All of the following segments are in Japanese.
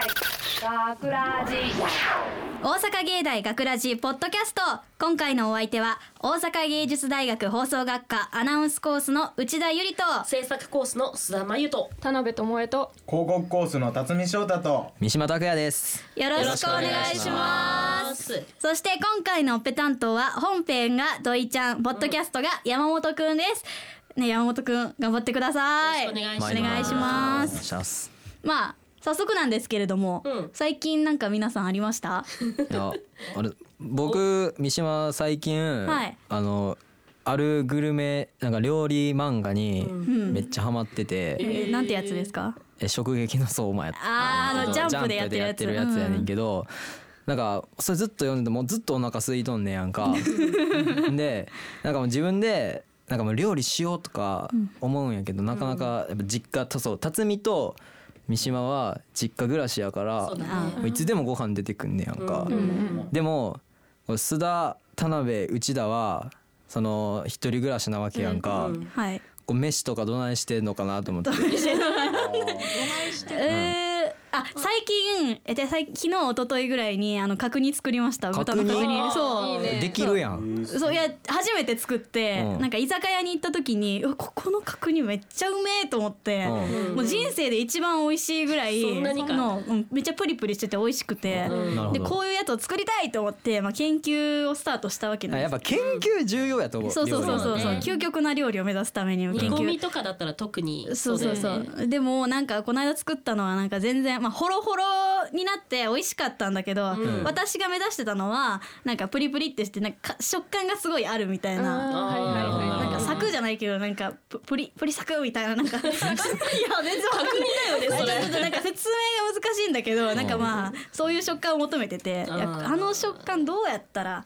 学ラジ大阪芸大学ラジポッドキャスト今回のお相手は大阪芸術大学放送学科アナウンスコースの内田ゆりと制作コースの須田真由と田辺智恵と広告コースの辰巳翔太と三島拓也です。よろしくお願いしますそして今回のオペ担当は本編が土井ちゃんポッドキャストが山本くんですね山本くん頑張ってくださいよろしくお願いおし願いしまお願いすします。まあ早速なんですけれども、うん最近なんか皆さんありま したいや、あれ、僕、三島最近、はいあの。あるグルメ、なんか料理漫画に、めっちゃハマってて。えーなんてやつですかえ、直撃の相馬やった。あーあのジャンプでやってるやつジャンプでやってるやつやねんけど。なんかそれずっと読んでてもうずっとお腹空いとんねやんか でなんかもう自分でなんかもう料理しようとか思うんやけど、なかなかやっぱ実家とそう辰巳と三島は実家暮らしやからそうだあねいつでもご飯出てくんねやんか、うんでも須田田辺内田はその一人暮らしなわけやんか、うんはいこう飯とかどないしてんのかなと思ってえー、あ最近えで最昨日一昨日ぐらいにあの角煮作りました豚の角煮角煮あそーういいねできるやんそういや初めて作って、うんなんか居酒屋に行った時にうわここの角煮めっちゃうめえと思って、うもう人生で一番美味しいぐらいそんなにかの、うんめっちゃプリプリしてて美味しくて、なるほでどこういうやつを作りたいと思って、まあ、研究をスタートしたわけなあんでやっすぱ研究重要やと思うそうそうそうそう料理そう、はね究極な料理を目指すために煮研込み究とかだったら特にそうそうだそよねうでもなんかこの間作ったのはなんか全然まあホロホロになって美味しかったんだけど、ん私が目指してたのはなんかプリプリってしてなんか食感がすごいあるみたいなあーなるほどななんるほかど柵じゃないけどなんかププリプリ柵みたいななんかいや別にだよねそれちょっとなんか説明が難しいんだけどなんかまあそういう食感を求めててあーいやあの食感どうやったら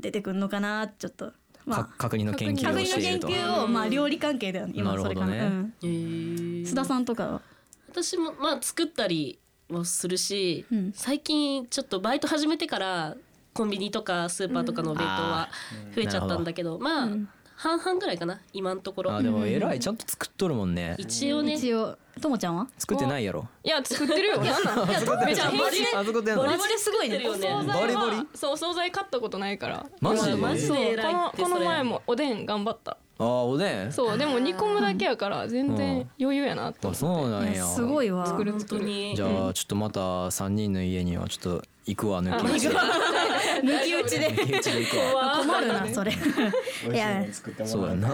出てくるのかなちょっとまかあ確認の研確究を認しのてい研ると究をまあ料理関係だよね今なるそほれどかねな、うん、へー須田さんとかは私もまあ作ったりもするし、うん最近ちょっとバイト始めてからコンビニとかスーパーとかのお弁当は増えちゃったんだけど、まあ、半々ぐらいかな今のところ、あでも偉いちゃんと作っとるもんね一応ねい一応ともちゃんは作ってないやろいや作ってるよなんなんやめちゃバリあ作ってんバのリマジですごいね作ってるよねバリバリはそうお惣菜買ったことないからマジうわマジでそうで偉いこのってこのそれ前もおでん頑張ったあーおでんそうでも煮込むだけやから全う然ん余裕やなとあそうなんいややすごいわ作る本当にじゃあちょっとまた三人の家にはちょっと行くわ抜き打ちで抜き打ちで抜き打ちで行くわわ困るなそれ美味しいもの作ってそもうらやうな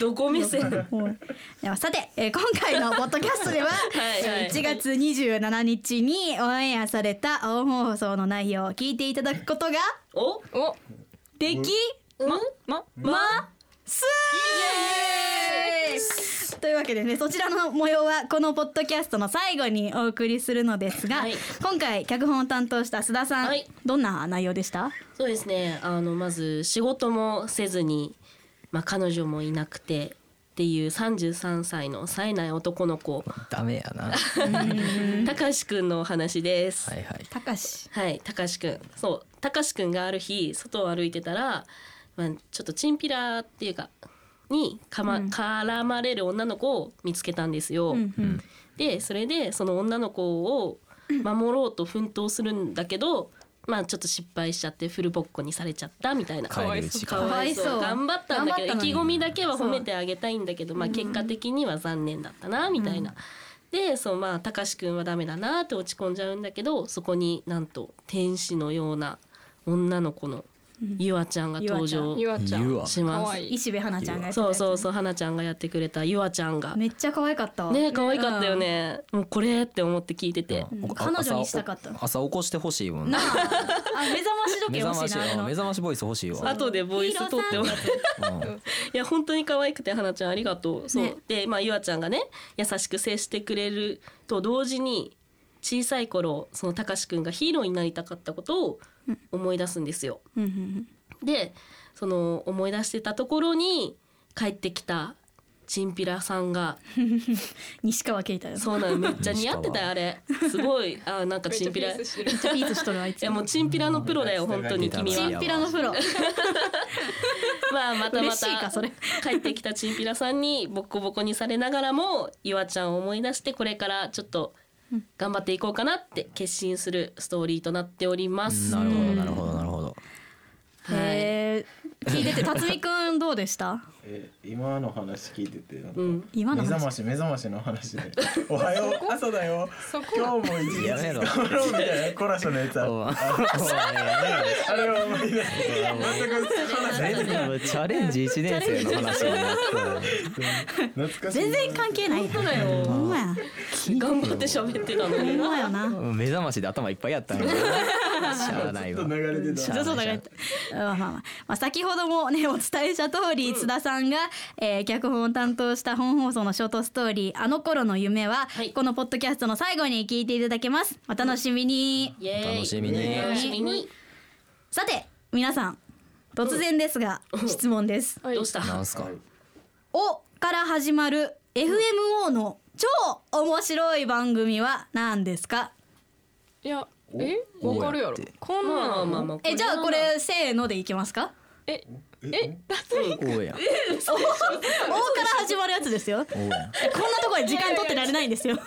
どこ目線はではさて、えー今回のポッドキャストではいはい1月27日にオンエアされた青放送の内容を聞いていただくことがおおできままますというわけでねそちらの模様はこのポッドキャストの最後にお送りするのですが、はい今回脚本を担当した須田さん、はいどんな内容でしたそうですねあのまず仕事もせずに、まあ、彼女もいなくてっていう33歳の冴えない男の子ダメやなはたかしくんのお話です。いはいたかしはい、たかしくん。そう、たかしくんがある日、外を歩いてたら、まあ、ちょっとチンピラっていうか、にかま、絡まれる女の子を見つけたんですよ。うんうんで、それで、その女の子を守ろうと奮闘するんだけど、まあ、ちょっと失敗しちゃって、フルボッコにされちゃったみたいな。帰わいりそううちかわいそうかわいそう頑張ったんだけ頑張っどたのに意気込みだけは褒めてあげたいんだけど、まあ、結果的には残念だったなみたいな。でそうまあたかしくんはダメだなって落ち込んじゃうんだけどそこになんと天使のような女の子のゆあちゃんが登場ゆわちゃゆんわしかまわす。いい石部花ちゃんがやってたそやうつそうそうはなちゃんがやってくれたゆあちゃんがめっちゃ可愛かったわね可愛かったよね、もうこれって思って聞いてて、うん彼女にしたかった朝朝起こしてほしいもんななああ目覚まし時計目覚欲まししいなあれの目覚ましボイス欲しいわ後でボイス取ってもらってうんいや本当に可愛くて花ちゃんありがとう。そう、ねでまあゆあちゃんがね優しく接してくれると同時に小さい頃そのたかしくんがヒーローになりたかったことを思い出すんですよ。うんうんでその思い出してたところに帰ってきたチンピラさんが西川圭太よそうなのめっちゃ似合ってたよあれすごいあなんかチンピラいめっちゃピースしてるめっちゃピースしとるあいつやもうチンピラのプロだよ本当に君チはンピラの風呂まあまたま嬉しいかそたれ帰ってきたチンピラさんにボッコボコにされながらもイワちゃんを思い出してこれからちょっと頑張っていこうかなって決心するストーリーとなっております。なるほどなるほどなるほどはい。へえ聞いてて辰巳くんどうでしたえ今の話聞いててなんかうん。今目の覚話まし目覚ましの話で「おはよう朝だよ今日も一日やめろ頑張ろう」みたいなコラショのやつあるおいあれは思い出す全然チャレンジ一年生の話になって懐かしい全然関係ない本当だよほんまや頑張って喋ってたのほにん。 まやな目覚ましで頭いっぱいやったんやけどしゃあないずっわと流れてたそうそうだからまあまあまあ、まあ、先ほどもねお伝えした通り、津田さんが、えー脚本を担当した本放送のショートストーリー「あの頃の夢は」はいこのポッドキャストの最後に聞いていただけますお楽しみに、イエーイ楽しみに楽しみに。さて皆さん突然ですが、質問ですはいどうした？なんすか「お」から始まる FMO の超面白い番組は何ですかいやえわかるやろこうやってこんまなあまあんまあ。えじゃあこれせーのでいきます かええおうや「んお」から始まるやつですよおこんうやんなところで時間取ってられないん ですよ。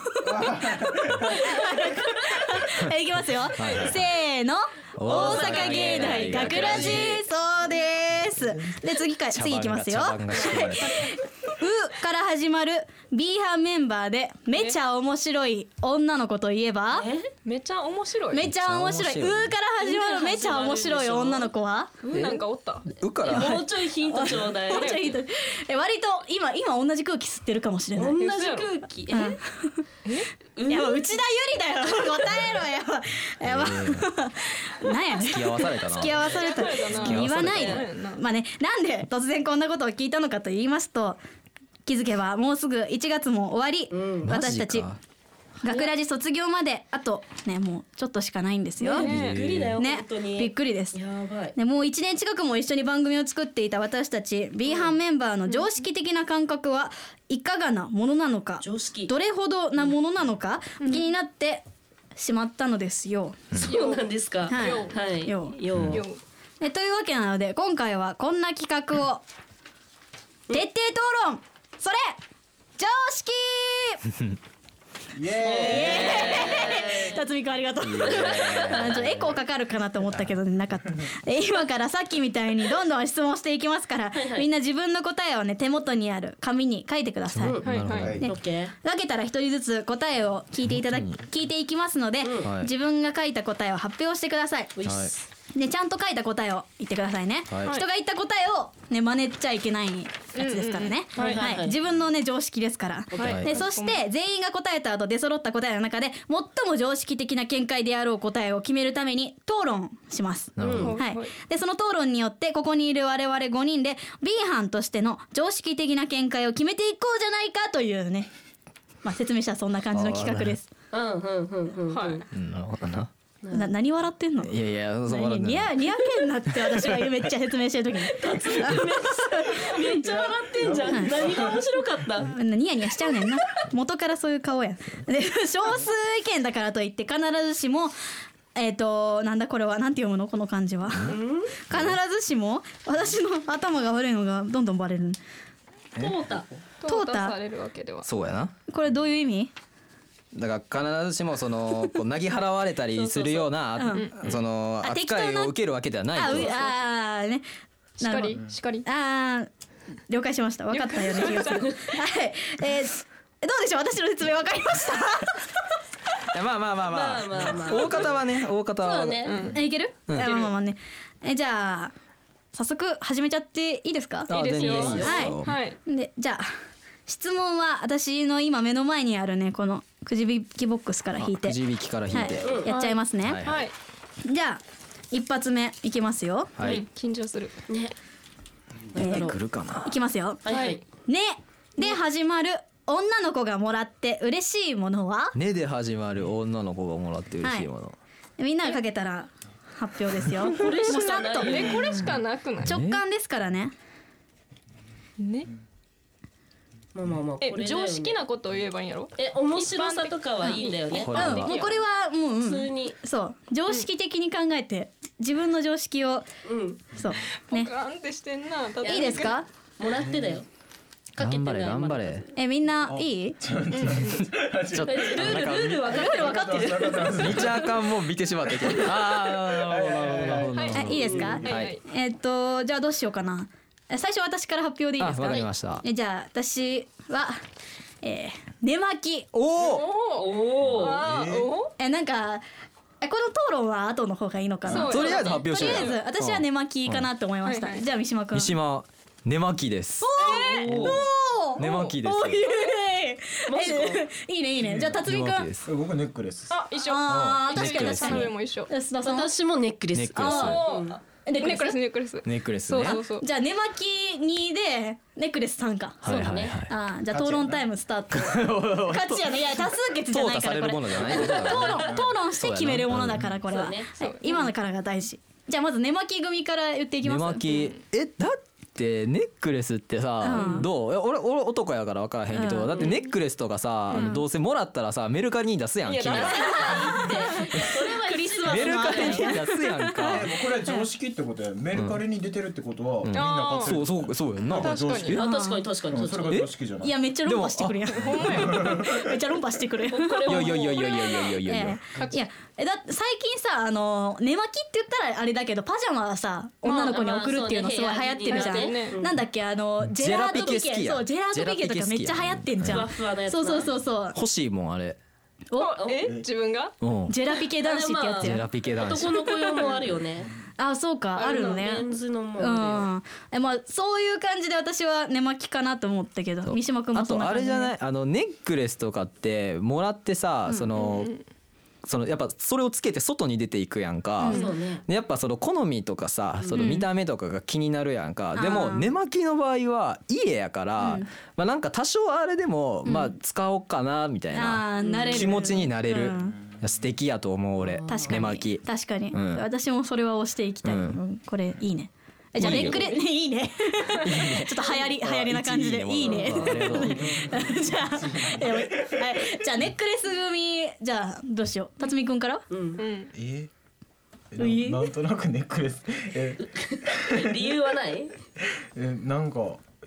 い きますよ。いはいせーの。大大阪阪芸芸大大学学ララジジそうです。で次か次いきますよ。茶番が茶番 がしうから始まる B 班メンバーでめちゃ面白い女の子といえば。めちゃ面白いめちゃ面白い。めうっちゃ面白いうから始まるめちゃ面白い女の子は。うんなんかおったうからもうちょいヒントちょ うだい。ちょいとえ割と今今同じ空気吸ってるかもしれない同。じ空気。えいやもう内田ゆりだよ答えろよやば、なんやねん付き合わされたな付き合わされた付き合わ言わされたないでまあねなんで突然こんなことを聞いたのかと言いますと気づけばもうすぐ1月も終わり、マ私ジたかち学ラジ卒業まであとねもうちょっとしかないんですよ、ねびっくりだよね本当に。びっくりですやばい。ね、もう1年近くも一緒に番組を作っていた私たち B 班メンバーの常識的な感覚はいかがなものなのか常識。どれほどなものなのか気になってしまったのですよ。そうなんですか。はいはい。ようようよえというわけなので今回はこんな企画を徹底討論それ常識イエ辰巳君ありがとう。い やあちょっとエコーかかるかなと思ったけどねなかったえ今からさっきみたいにどんどん質問していきますからみんな自分の答えをね手元にある紙に書いてください。はいなるほどはーいイオッケー。分けたら一人ずつ答えを聞いていただき聞いていきますので、はい自分が書いた答えを発表してください。ういっはいすでちゃんと書いた答えを言ってくださいね、はい人が言った答えをね真似っちゃいけないやつですからね、うんうんうんはいははいいはい自分のね常識ですから、はいでそして全員が答えた後出揃った答えの中で最も常識的な見解であろう答えを決めるために討論しますなるほどはいはい、でその討論によってここにいる我々5人で B 班としての常識的な見解を決めていこうじゃないかというね、まあ、説明したらそんな感じの企画です。うんうんうんうん。はいうんなるほどなな何笑ってんのいやいやそこ何にやにやけんなって私がめっちゃ説明してる時にめっちゃ笑ってんじゃん。何が面白かった。ニヤニヤしちゃうねんな元からそういう顔やんで少数意見だからといって必ずしもえっ、となんだこれはなんて読むのこの漢字は必ずしも私の頭が悪いのがどんどんバレるトータ。淘汰されるわけではそうやなこれどういう意味だから必ずしもそのこうなぎ払われたりするようなそのあ適当な扱いを受けるわけではあなういとあーねしかなるほどりしかりあー了解しました分かったような気が するはいえーどうでしょう私の説明分かりましたいやまあまあまあままああまあまあ大方はね大方はそうね。えいける、あまあまあまあねえじゃあ早速始めちゃっていいですかあいいですよ全然いいですよはいでじゃあ質問は私の今目の前にあるねこのくじ引きボックスから引いてくじ引きから引いてはい、やっちゃいますね、はいはいじゃあ一発目いきますよはい緊張するね。えー来るかないきますよはいはい。 「ね」で始まる女の子がもらって嬉しいものは根で始まる女の子がもらって嬉しいものみんながかけたら発表ですよこれしかなもういさっえこれしかなくないと直感ですからねねまあまあまあ。えこれだよね常識。なことを言えばいいんやろえ面白さとかはいいんだよね。ううんんこれはもうこれはもう、うん普通に。そう常識的に考えて自分の常識をうん。そうポねカンってしてんなえいいですかもらってだよ。かけてな頑張いれ頑張れえみんないいちょっとルールルール分かってる分かってる分かってる見ちゃあかんもん見てしまったけどああなるほどなるほどなるほどなるほどえいいですかはいはいえっとじゃあどうしようかなえ最初私から発表でいいですあかわかりましたえじゃあ私は、えー、寝巻きおおおおあーおえなんかえこの討論は後の方がいいのかそなうとりあえず発表としよりうあえず私は寝巻きかなと思いました、うんはいはいじゃあ三島くん三島寝巻きですおー寝巻きですおーイエマジかーイえいいねいいねじゃあ辰巳寝くん巻きです僕ネックレス。あ一緒あーうん確かに確田かネックレ辺にも一緒安田さんは私もネックレネスックレスあおーネネックレスねネックレスネックレスそうねそうそうじゃあ寝巻き2でネックレス3かはいはいはそういあーじゃあ討論タイムスター ト勝ちやねいや多数決じゃ淘ない汰かさられこるれものじゃない討論討論して決めるものだからこれは、そうねはい今のからが大事じゃあまず寝巻き組から言っていきます寝巻きえだってネックレスってさ、うんどうえ俺俺男やから分からへんけど、うんだってネックレスとかさ、あのどうせもらったらさメルカリに出すやん君メクリスマスルのカ後リに出すやんかえもうこれ常識ってことや。メルカリに出てるってことはみんな買ってる そうそうそうやんなこれ常識。あ確かに確かにうんそ確かれがに常識じゃないい。やめっちゃ論破してく るやん めっちゃ論破してくるこれいもやいやいやいやいやいやいやいやいや、ええいやえだって最近さあの寝巻きって言ったらあれだけどパジャマはさ女の子に送るっていうのすごい流行ってるじゃん、まあそうね部屋着にねうんなんだっけあのジェラートビジェラピケ好きケやそうジェラートビケとかめっちゃ流行ってんじふゃわんふわのやつそうそうそうそう欲しいもんあれおえ自分がうんジジェラピケ男子ってやつェやラピケ男子男の子用もあるよねあそうかあるのねメンズのもうんえまあそういう感じで私は寝巻きかなと思ったけど三島君もあそんとなあ感れじじゃないあのネックレスとかってもらってさ、そのそのやっぱそれをつけて外に出ていくやんか、そうねでやっぱその好みとかさその見た目とかが気になるやんか、であもー寝巻きの場合は家やから、まあなんか多少あれでもまあ使おうかなみたいなあーなれる気持ちになれる、うんいや素敵やと思う俺確かに寝巻き確かに、うん私もそれは押していきたい、うんうんこれいいねえじゃあいネいよック レいいねちょっと流行り流行りな感じでいいねありがとう じゃあ えはいじゃあネックレス組じゃあどうしよう辰巳君からうんうんええー。ななんとなくネックレス。え理由はないえなんか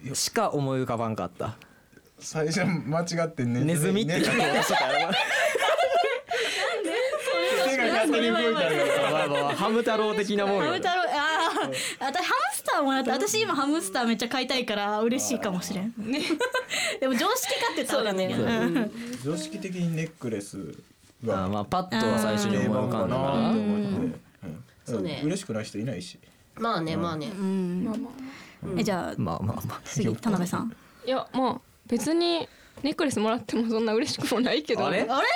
いやしか思い浮かばんかった最初間違ってネズミって書き手出したからが勝手に動いたよ。まあまあまあハム太郎的なもんハムよ太郎あーあ私ハムスターもらった私今ハムスターめっちゃ買いたいから嬉しいかもしれん でも常識かって言ったらわかんないけどそうだねうん常識的にネックレスまあがまあパッとは最初に定思い浮番かかんだなとか思って。うんそうね嬉しくない人いないし。まあねまあねえじゃあらまあまあまあ次田辺さんいやまあ別にネックレスもらってもそんな嬉しくもないけどあれあれ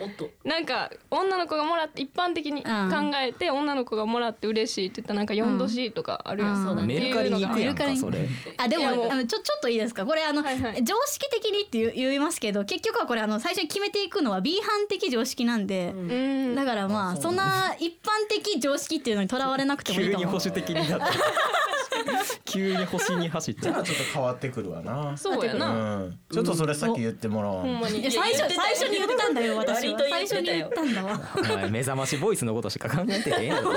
おっとなんか女の子がもらって一般的に考えて女の子がもらって嬉しいって言ったらなんか4度 C とかあるやうんん、そうだってメルカいリうのに行がくやんメルカリかにそれあでもいやもうあのちょちょっといいですかこれあの、はいはい常識的にって言う言いますけど結局はこれあの最初に決めていくのは B 班的常識なんで、うんだからまあそんな一般的常識っていうのにとらわれなくてもいいと思う守的になった 急に星に走っじゃあちょっと変わってくるわな。そうやなうん。ちょっとそれさっき言ってもらおうほ。んまにいや最初最初に言ったんだよ私は割最初と言っにてた言っよたんだわお前目覚ましボイスのことしか考えてへんやろ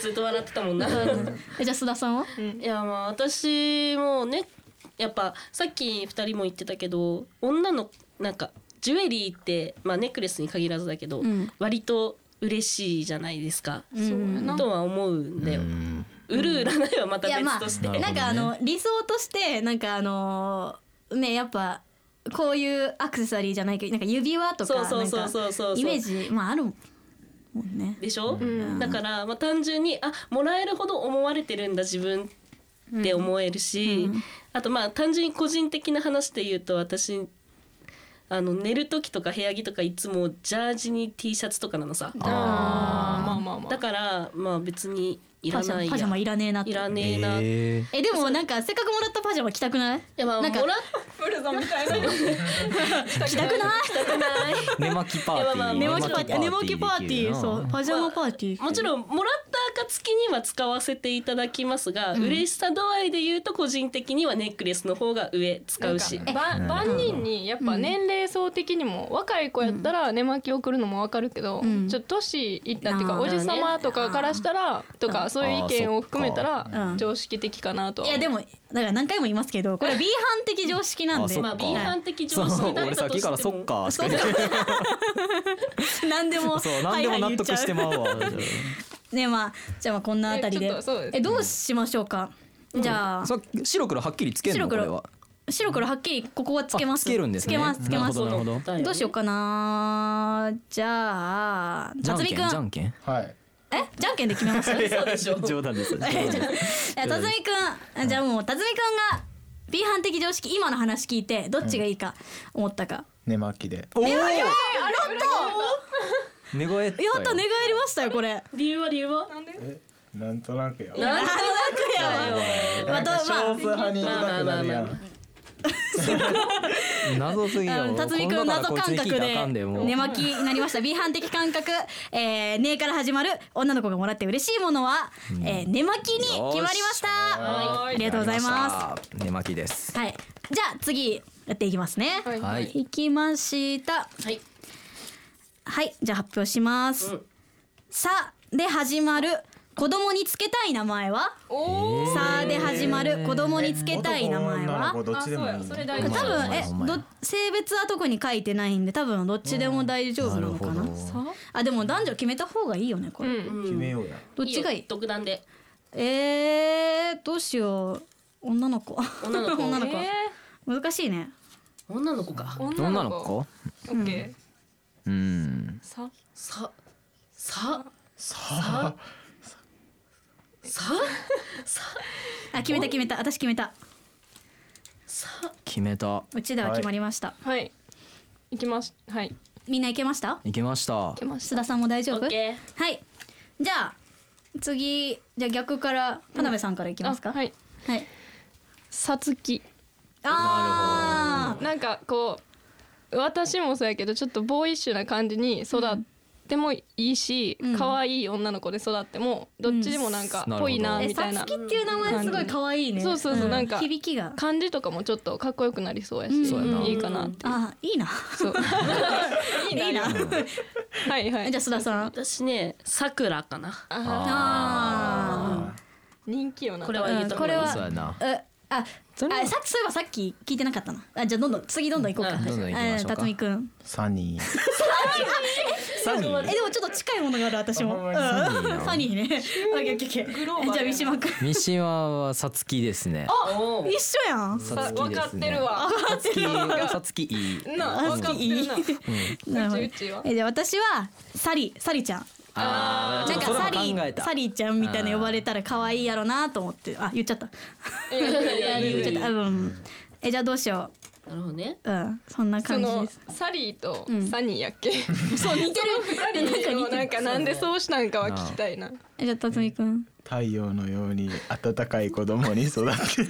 ずっと笑ってたもんないえじゃあ須田さんはやまあ私もねやっぱさっき二人も言ってたけど女のなんかジュエリーってまあネックレスに限らずだけど、うん割と嬉しいじゃないですか、そうやなとは思うんだよ、うん売る売らないはまたいやま別あとして、なるほどなんねかあの理想としてなんかあのーねやっぱこういうアクセサリーじゃないけどなんか指輪とかそなうんかそうそうそうそうそうイメージまああるもんねでしょ、だから、まあ、単純にあもらえるほど思われてるんだ自分って思えるし、あとまあ単純に個人的な話で言うと私あの寝る時とか部屋着とかいつもジャージに T シャツとかなのさあーまあまあまだあからまあ別にいらパジなャいやマパジャマいらねえなっていらねえな、ええでもなんかせっかくもらったパジャマ着たくないいやまあなんかもらっプルゾンみたいな着たくないたくないー寝巻きパーティーい寝や巻まきパーティー寝巻きパーティーそうパジャマパーティーもちろんもらっ暁には使わせていただきますが、嬉しさ度合いで言うと個人的にはネックレスの方が上使うしなんかば万人にやっぱ年齢層的にも若い子やったら寝巻き送るのもわかるけど、んちょっと年いったっていうあかーおじさまとかからしたらとかそういう意見を含めたうらん常識的かなといやでもだから何回も言いますけどこれは B 班的常識なんあでそっまあか B 班的そ常う識だっ俺さたっとしてきかもらそっかしそかう言ってない何でも そう何でも納得してはいまうわはい言っちゃうねまあじゃあまあこんなあたりえちでょっとそうですねえどうしましょうかじゃあさ白黒はっきりつけるのこ白れ黒は白黒はっきりここはつけますあつけるんですつねけますつけますなるほどなるほだよねどうしようかなじゃあじゃん辰け巳んくじゃんんけんはい。えじゃんけんで決めましたえじゃでしょ 冗談ですあ辰巳くんじゃあもう辰巳くんが B 班的常識今の話聞いてどっちがいいか思ったか寝巻きで。おおやっ寝返ったとよやった寝返りましたよこれ理由は理由はえ、なんとなくや。なんとやばいなまんかた少数派にいなくなるやまあまあまあまん。謎すぎうよん辰巳くん謎感覚で寝ま巻きになりました B 班的感覚「えー、ねから始まる女の子がもらって嬉しいものは、えー寝巻き」に決まりましたはいありがとうございます寝巻きですすはいじゃあ次やっていきますね、はいはいいきましたはいはいじゃあ発表します「うんさ」で始まる子供につけたい名前はおーさあで始まる子供につけたい名前は男女の子どっちでもいいあそうやそれ大多事お分前お前えお前ど性別は特に書いてないんで多分どっちでも大丈夫なのかな,、なるほどあでも男女決めた方がいいよねこれ、うん決めようや。どっちがいいよ独断でえー、どうしよう女の子女の 子女の子、え難しいね女の子かー女女のの子子オッケーうんささささあ、さあ決めた決めた私決めたさ決めたうちでは決まりました、はい行きますはいみんないけましたいけました行きま須田さんも大丈オ夫ッケーはいじゃあ次じゃあ逆から田辺さんからいきますか、あはいはいさつきあーなんかこう私もそうやけどちょっとボーイッシュな感じに育ってもいいしうん可愛、い女の子で育ってもどっちでもなんかぽいなうんえみたさいなつきっていう名前すごい可愛いねそうそうそうなんか響きが感じとかもちょっとかっこよくなりそうやし、うんそうやないいかなってあいいなそう いいなはいはいじゃあ須田さん私ねさくらかなああー人気よなこれはうん言えた方がいいこれはそうやなーえああさっきそういえばさっき聞いてなかったなあじゃあどんどん次どんどん行こうかうんどんどん行きましょうかえー辰巳くんサニー。サえ ニでもちょっと近いものがある私もあほんまにうんファニーねオッケーオッケーオッケーグローバルやなじゃあ三島くん三島はさつきですねおー一緒やんさ分かってるわさつきさつきいいな分かってるななるほどうちうちはえじゃあ私はサリサリちゃんあーなんかちょっとサそれもリ考えたサリちゃんみたいな呼ばれたら可愛いやろなと思ってあ言っちゃったいやいやいや言っちゃったうんえじゃあどうしよなるほどねううんそんなそ感じのですサリーとんサニーやっけ、そう似てる二人のなんかなんでそうしたんかは聞きたいなえじゃあ辰巳くん太陽のように暖かい子供に育って。欲しい。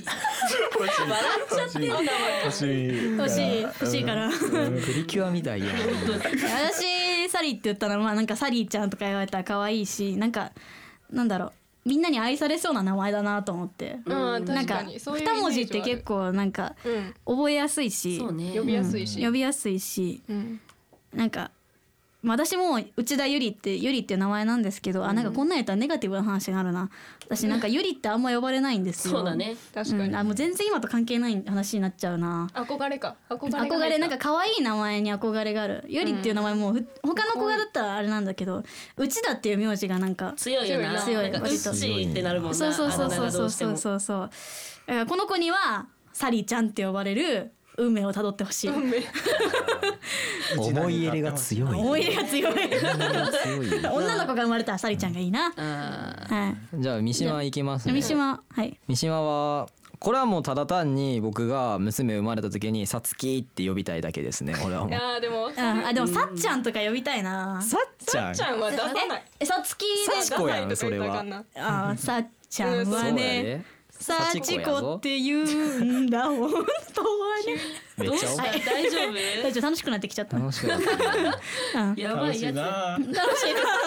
欲しい。欲しい欲しいから、プリキュアみたいや私サリーって言ったらまあなんかサリーちゃんとか言われたら可愛いしなんかなんだろうみんなに愛されそうな名前だなと思って、うんなん確かかにそういうイメ2ージはあ文る字って結構なんかうん覚えやすいし、そうね呼びやすいし、呼びやすいしうんなんかまあ私も内田ゆりってゆりっていう名前なんですけど、あなんかこんなんやったらネガティブな話になるな私なんかゆりってあんま呼ばれないんですよそうだね確かに、うんあもう全然今と関係ない話になっちゃうな憧れか憧れ憧れなんか可愛い名前に憧れがあるゆりっていう名前もうふ、他の子がだったらあれなんだけどうちだっていう名字がなんか強いよな強いなんかうっ割ちとーってなるもんなそうそうそうあだそ名うがどそうしてそもうそうそうだからこの子にはサリーちゃんって呼ばれる運命をたどってほしい思い入れが強い思い入れが強い 強い女の子が生まれたらサリーちゃんがいいな、あはいじゃあ三島行きますね三島はい三島はこれはもうただ単に僕が娘生まれた時にさつきって呼びたいだけです ね俺はもうあーでもああでもさっちゃんとか呼びたいなさっちゃんちゃんは出さないえさつきさちこやん出さそないれとか言ったらあかはんなあーさっちゃんそうはやねねさ幸ち子やこぞって言うんだ本当はねめっちゃーお大丈大丈夫楽しくなってきちゃった楽しかった夫やば楽いしいやつな。楽しいな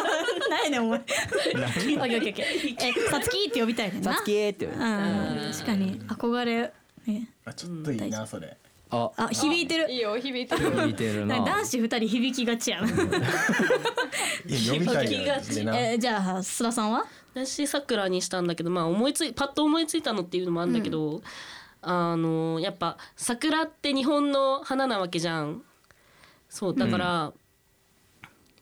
ないねんお前。オッケーオッケーオッケー。えさつきって呼びたいねんな。さつきーってう言んわれて確かに憧れね。あちょっといいなそれああ響いてるい。いよ響いてる響いてるななんか男子二人響きがちやな。いや読みたいよねな えーじゃあ須田さんは？私さくらにしたんだけどまあ思いついパッと思いついたのっていうのもあるんだけど、あのやっぱ桜って日本の花なわけじゃんそうだから、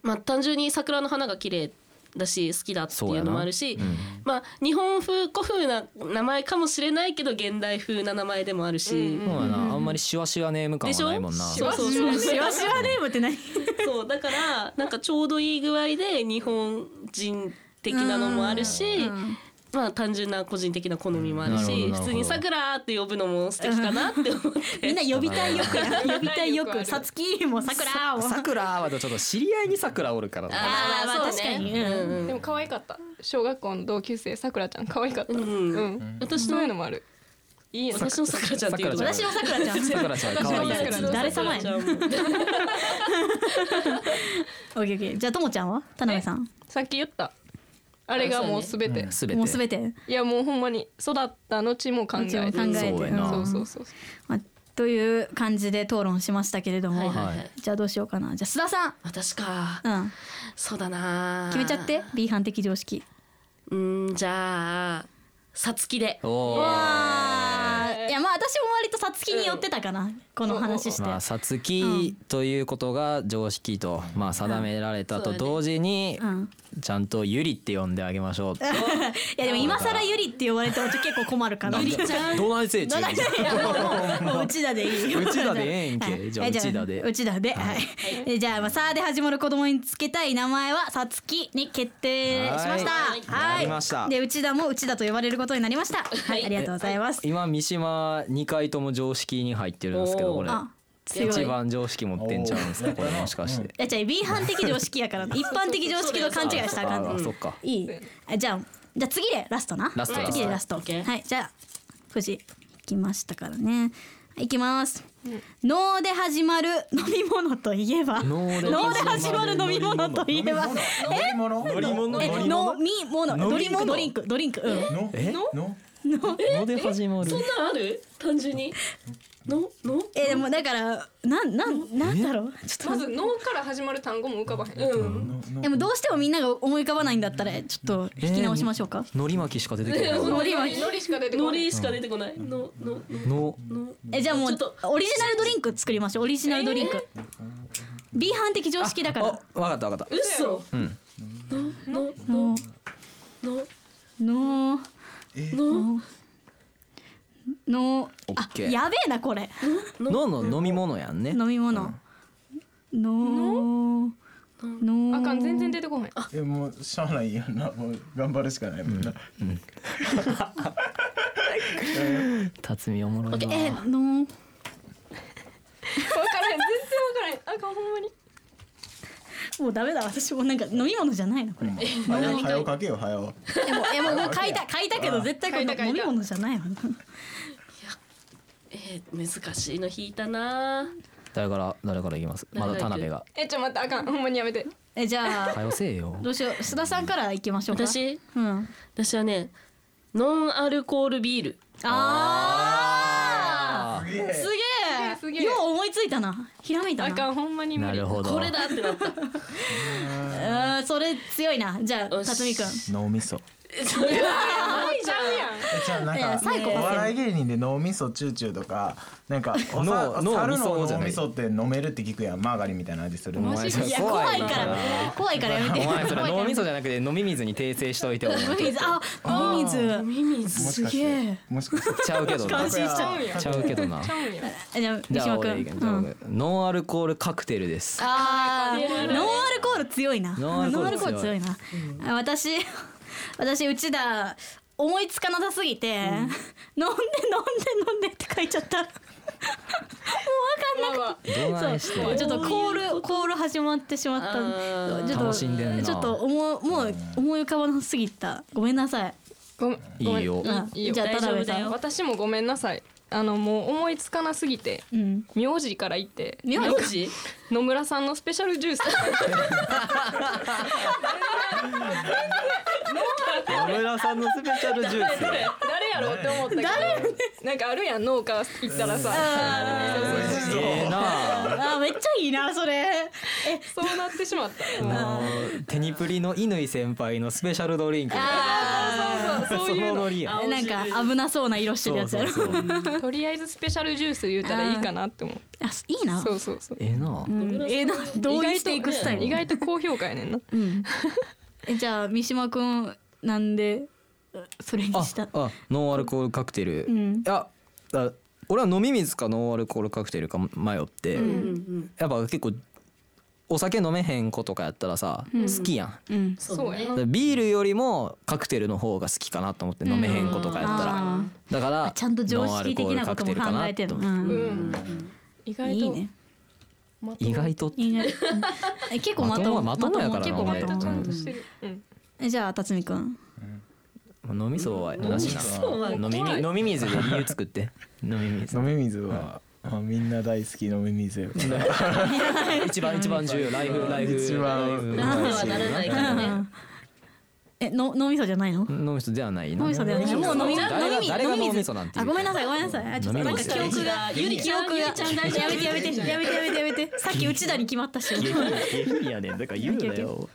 まあ単純に桜の花が綺麗だし好きだっていうのもあるし、そうやなうんまあ日本風古風な名前かもしれないけど現代風な名前でもあるし、そうやなあんまりシワシワネーム感はないもんなでしょそうそうそうシワシワネームって何？そうだからなんかちょうどいい具合で日本人的なのもあるし、まあ単純な個人的な好みもあるなるほどしなるほど普通に「さくら」って呼ぶのも素敵かなって思 ってみんな呼びたいよくや呼びたいよ呼びたいよくあくるさつきもさくらを。さくらはちょっと知り合いにさくらおるからなあーまあそう確かにうんうんでも可愛かった小学校の同級生さくらちゃん可愛かったううんん私そういうののもあるいいよね私のさくらちゃんっていうのもさ私のさくらちゃん。さくらちゃん可愛い私のさくら誰様やねんさくらちゃんオッもケーオッケー。じゃあともちゃんは？田辺さん。さっき言ったあれがもうすべて、すべもうてすべて。いやもうほんまに育った後も考え後もる考えてそうやなそうそうそうまあという感じで討論しましたけれども、はいはいはいじゃあどうしようかなじゃあ須田さん、私かうん、そうだな決めちゃって B 班的常識うんじゃあさつきでおおあーいやまあ私も割とさつきに寄ってたかな、この話して、まあさつきということが常識とまあ定められたと同時にうん、ちゃんとゆりって呼んであげましょう いやでも今更ゆりって呼ばれてもちょっと結構困るかなゆりちゃんどないせいちどないいやもうもうもううちだでいいようちだでええんけはいじゃあうちだでうちだではい、えじゃあまあさあで始まる子供につけたい名前はさつきに決定しましたはいはいなりましたでうちだもうちだと呼ばれることになりましたはいありがとうございます今三島二回とも常識に入ってるんですけどこれあ強い一番常識持ってんちゃうんですかこれもしかしていやじゃあ B 班的常識やからな一般的常識の勘違いしたらあかんねんあそっかいいあじゃあじゃあ次でラストなラスト次でララストオッケーはいじゃあ富士来ましたからねはい行きます脳で始まる飲み物といえば脳で脳で始まる飲み物といえば飲み物乗り物え乗り飲み物ドリンクドリンクドリンクうんのえのので始まるそんなんある単純にののえでもだからなんなんなんだろうちょまっず「脳」から始まる単語も浮かばへん、うんとでもどうしてもみんなが思い浮かばないんだったらちょっと引き直しましょうかのり巻きしか出てこないのりのりしか出てこのないりしか出てこないののののえじゃあもうちょっオリジナルドリンク作りましょうオリジナルドリンク、B 班的常識だあからわかったわかっ嘘たうんのののののののオあッケーやべえなこ れのの飲み物やんね飲み物ののあかん全然出てこへんあえもうしゃあないやんなもう頑張るしかないもんな辰巳おもろいなえの分からへん全然分からへんあかんほんまにもうダメだ私もなんか飲み物じゃないのこれ早う早うかけよ早うえもうえもうもう書いた書いたけど絶対こ書いたれ書飲いみた物じゃないわえー難しいの引いたな誰から誰からいきますまだ田辺がえちょ待ってあかんほんまにやめて えじゃあ早せえよどうしよう須田さんから行きましょうか私うん私はねノンアルコールビールああすげーすえすげげええよう思いついたなひらめいたあかなんほんまに無な理るほどこれだってなったうんそれ強いなじゃあよし辰巳君脳みそちゃうやんえじゃあなんいやかサイコおパスやん笑い芸人で脳みそチューチューとかなんかお脳さ脳猿みそのじゃ脳ないみそって飲めるって聞くやんマーガリンみたいな味するおの前それいや怖いからな怖いからやめてお前それ怖いから脳みそじゃなくて飲み水に訂正しといてお前飲み水あ飲み水ミミズもしかすしげえてもしか してちゃうけどな感心しちゃうちゃうけどなちゃうんやえじゃあじ三ゃ島あ俺君いくじゃあう俺んノンアルコールカクテルですあーノンアルコール強いなノンアルコール強いいなあ私 私うちだ思いつかなさすぎて、飲んで飲んで飲んでって 書いちゃったもうわかんなくてどうないしちてょっとコールコール始まってしまったあーちょっと楽しんでんなちょっと思うもう思い浮かばなすぎたごめんなさい、ごめんいいよごめんいいよじゃあ大田丈夫辺ださんよ私もごめんなさいあのもう思いつかなすぎてうん名字から言って名名字野村さんのスペシャルジュース野村さんのスペシャルジュース誰やろうって思ったけどなんかあるやん農家行ったらさええなあーめっちゃいいなそれそうなってしまったもうテニプリの乾先輩のスペシャルドリンクそうそうそうそいうののノリやんあなんか危なそうな色してるそやうつやそうろそうとりあえずスペシャルジュース言うたらいいかなって思う あいいなそうそうそうええなうんえーな同意していくスタイル意外と高評価やねんなうんえじゃあ三島くんなんでそれにあしたあノンアルコールカクテル、うんああ俺は飲み水かノンアルコールカクテルか迷って、うんうんやっぱ結構お酒飲めへん子とかやったらさ、好きやんうんそうねそうだからビールよりもカクテルの方が好きかなと思って飲めへん子とかやったら、あだかーらちゃんと常ノンアル識コ的ールなこカクとテもルか考えてるとの思うってんうん意外といいねまとも意外といいねえ結構まともまともやからな結構ま俺意と外とちゃもんとしてるうんえじゃあ辰巳くん飲みそうはなしなそうは飲みみ飲み水で理由作って飲み水飲み水は、まあ、みんな大好き飲み水やから一番一番重要ライフライフ一番ライフラーメンはならないからね えの脳みそじゃないの飲み水ではないな脳みそだよねもう飲み飲誰がみ誰水飲みが脳み水そなんてあいうごめんなさいごめんなさいあちょっとなんか記憶がゆり記ちゃん憶がゆやりちゃん大丈夫めてやめてやめて やめてやめてさっき内田に決まったしいやねだから言うなよ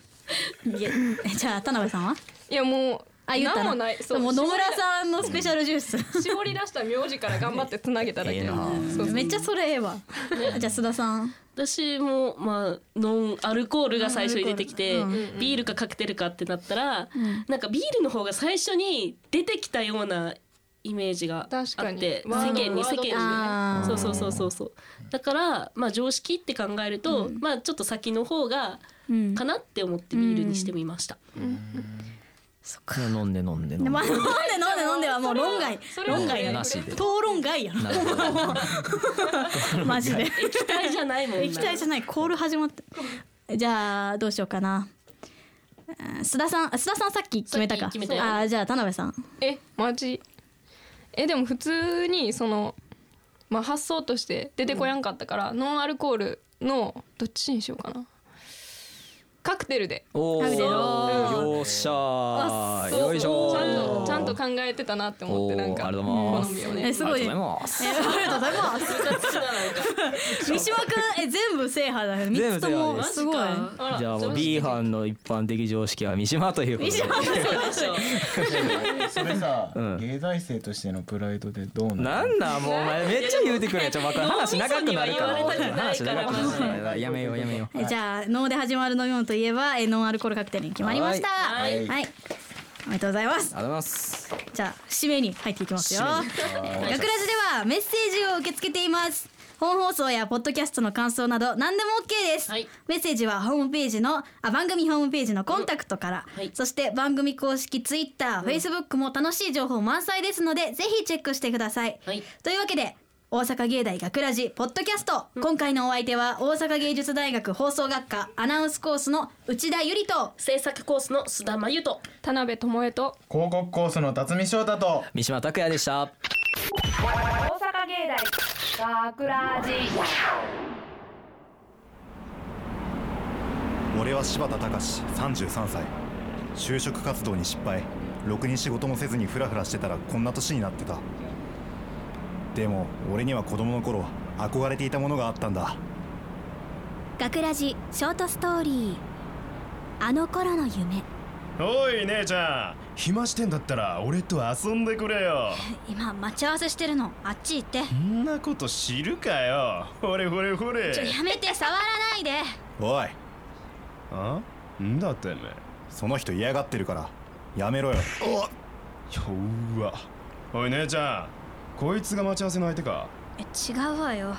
いやじゃあ田辺さんはいやもうあ言った何なもないそうもう野村さんのスペシャルジュース絞り出した名字から頑張ってつなげただえけえなそうそうめっちゃそれええわじゃあ須田さん私もまあノンアルコールが最初に出てきて、うんビールかカクテルかってなったら、んなんかビールの方が最初に出てきたようなイメージがあって確かに世ワー間ドに世ワードとして間ねに。あーそうそうそうそうそうだからまあ常識って考えると、まあちょっと先の方がうんかなって思ってビールにしてみました、そっか飲んで飲んでで飲んでまあ飲んで飲んで飲んではもう論外それは論そ外れやはなしで討論外やななるほどマジで液体じゃないもんな液体じゃないコール始まったじゃあどうしようかなうん須田さんあ須田さんさっき決めたさかっき決めたよあーじゃあ田辺さんえマジえでも普通にそのまあ発想として出てこやんかったから、ノンアルコールのどっちにしようかなカクテルでおー食べてろよっしゃーそうよいしょちーゃんとちゃんと考えてたなって思ってなんかおーありがとうございます好みをえねすごいありがとうございまえすありがとうございます三島くんえ全部制覇だよ三つともす全ご部い制覇ですあらじゃあもう B 班の一般的常識は三島ということでそうでしょそれさ、ん芸大生としてのプライドでどうなのなんだもうお前めっちゃ言うてくれちょっと待って話長くなるから脳みそには言われ話たくな長いくからなるからやめようやめようえじゃあ脳で始まる飲み物といえばえノンアルコールカクテルに決まりましたははいいはおめでとうございますありがとうございますじゃあ締めに入っていきますよ締めえーガクラジではメッセージを受け付けています本放送やポッドキャストの感想など何でも OK です、はいメッセージはホームページのあ番組ホームページのコンタクトから、はいそして番組公式 TwitterFacebook も楽しい情報満載ですのでぜひチェックしてください、はいというわけで大阪芸大学ラジポッドキャスト、今回のお相手は大阪芸術大学放送学科アナウンスコースの内田ゆりと制作コースの須田真由と田辺智恵と広告コースの辰巳翔太と三島拓也でした大阪芸大学ラジ俺は柴田隆33歳就職活動に失敗ろくに仕事もせずにフラフラしてたらこんな年になってたでも俺には子供の頃憧れていたものがあったんだ学ラジショートストーリー「あの頃の夢おい姉ちゃん暇してんだったら俺と遊んでくれよ」今待ち合わせしてるのあっち行ってそんなこと知るかよほれほれほれちょやめ て触らないでおいあんだてめその人嫌がってるからやめろよえうわおい姉ちゃんこいつが待ち合わせの相手かえ違うわよ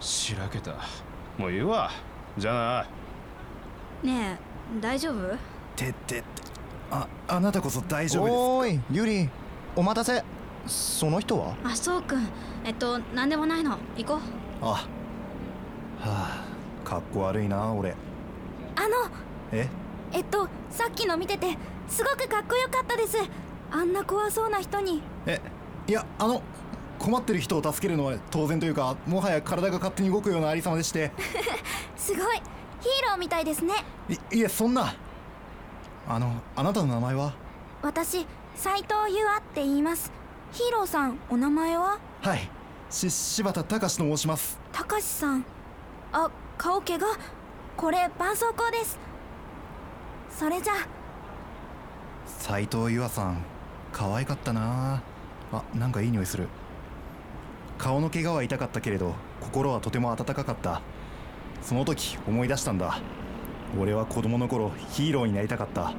しらけたもういいわじゃあねえ大丈夫てってってああなたこそ大丈夫ですおーいゆりお待たせその人はあそうくんえっと何でもないの行こうあはあかっこ悪いな俺あのええっとさっきの見ててすごくかっこよかったですあんな怖そうな人にえいやあの困ってる人を助けるのは当然というかもはや体が勝手に動くようなありさまでしてすごいヒーローみたいですねいいえそんなあのあなたの名前は私斉藤優愛って言いますヒーローさんお名前ははいし柴田隆と申しますたかしさんあ顔怪我これ絆創膏ですそれじゃ斉藤優愛さん可愛かったなあなんかいい匂いする顔の怪我は痛かったけれど心はとても温かかったその時思い出したんだ俺は子供の頃ヒーローになりたかった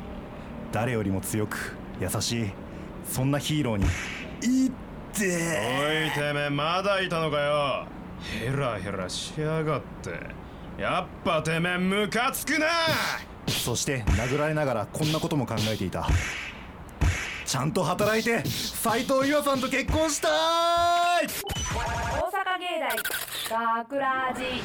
誰よりも強く優しいそんなヒーローにいっておいてめえまだいたのかよヘラヘラしやがってやっぱてめえムカつくなそして殴られながらこんなことも考えていたちゃんと働いて斎藤優愛さんと結婚したい大阪芸大学ラジ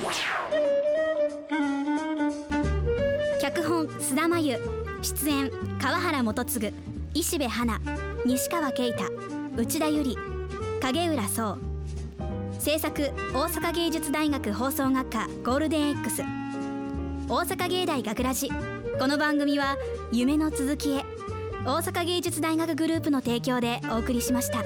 脚本須田真由出演川原元次石部花西川圭太内田由里影浦壮制作大阪芸術大学放送学科ゴールデン X 大阪芸大学ラジこの番組は夢の続きへ大阪芸術大学グループの提供でお送りしました。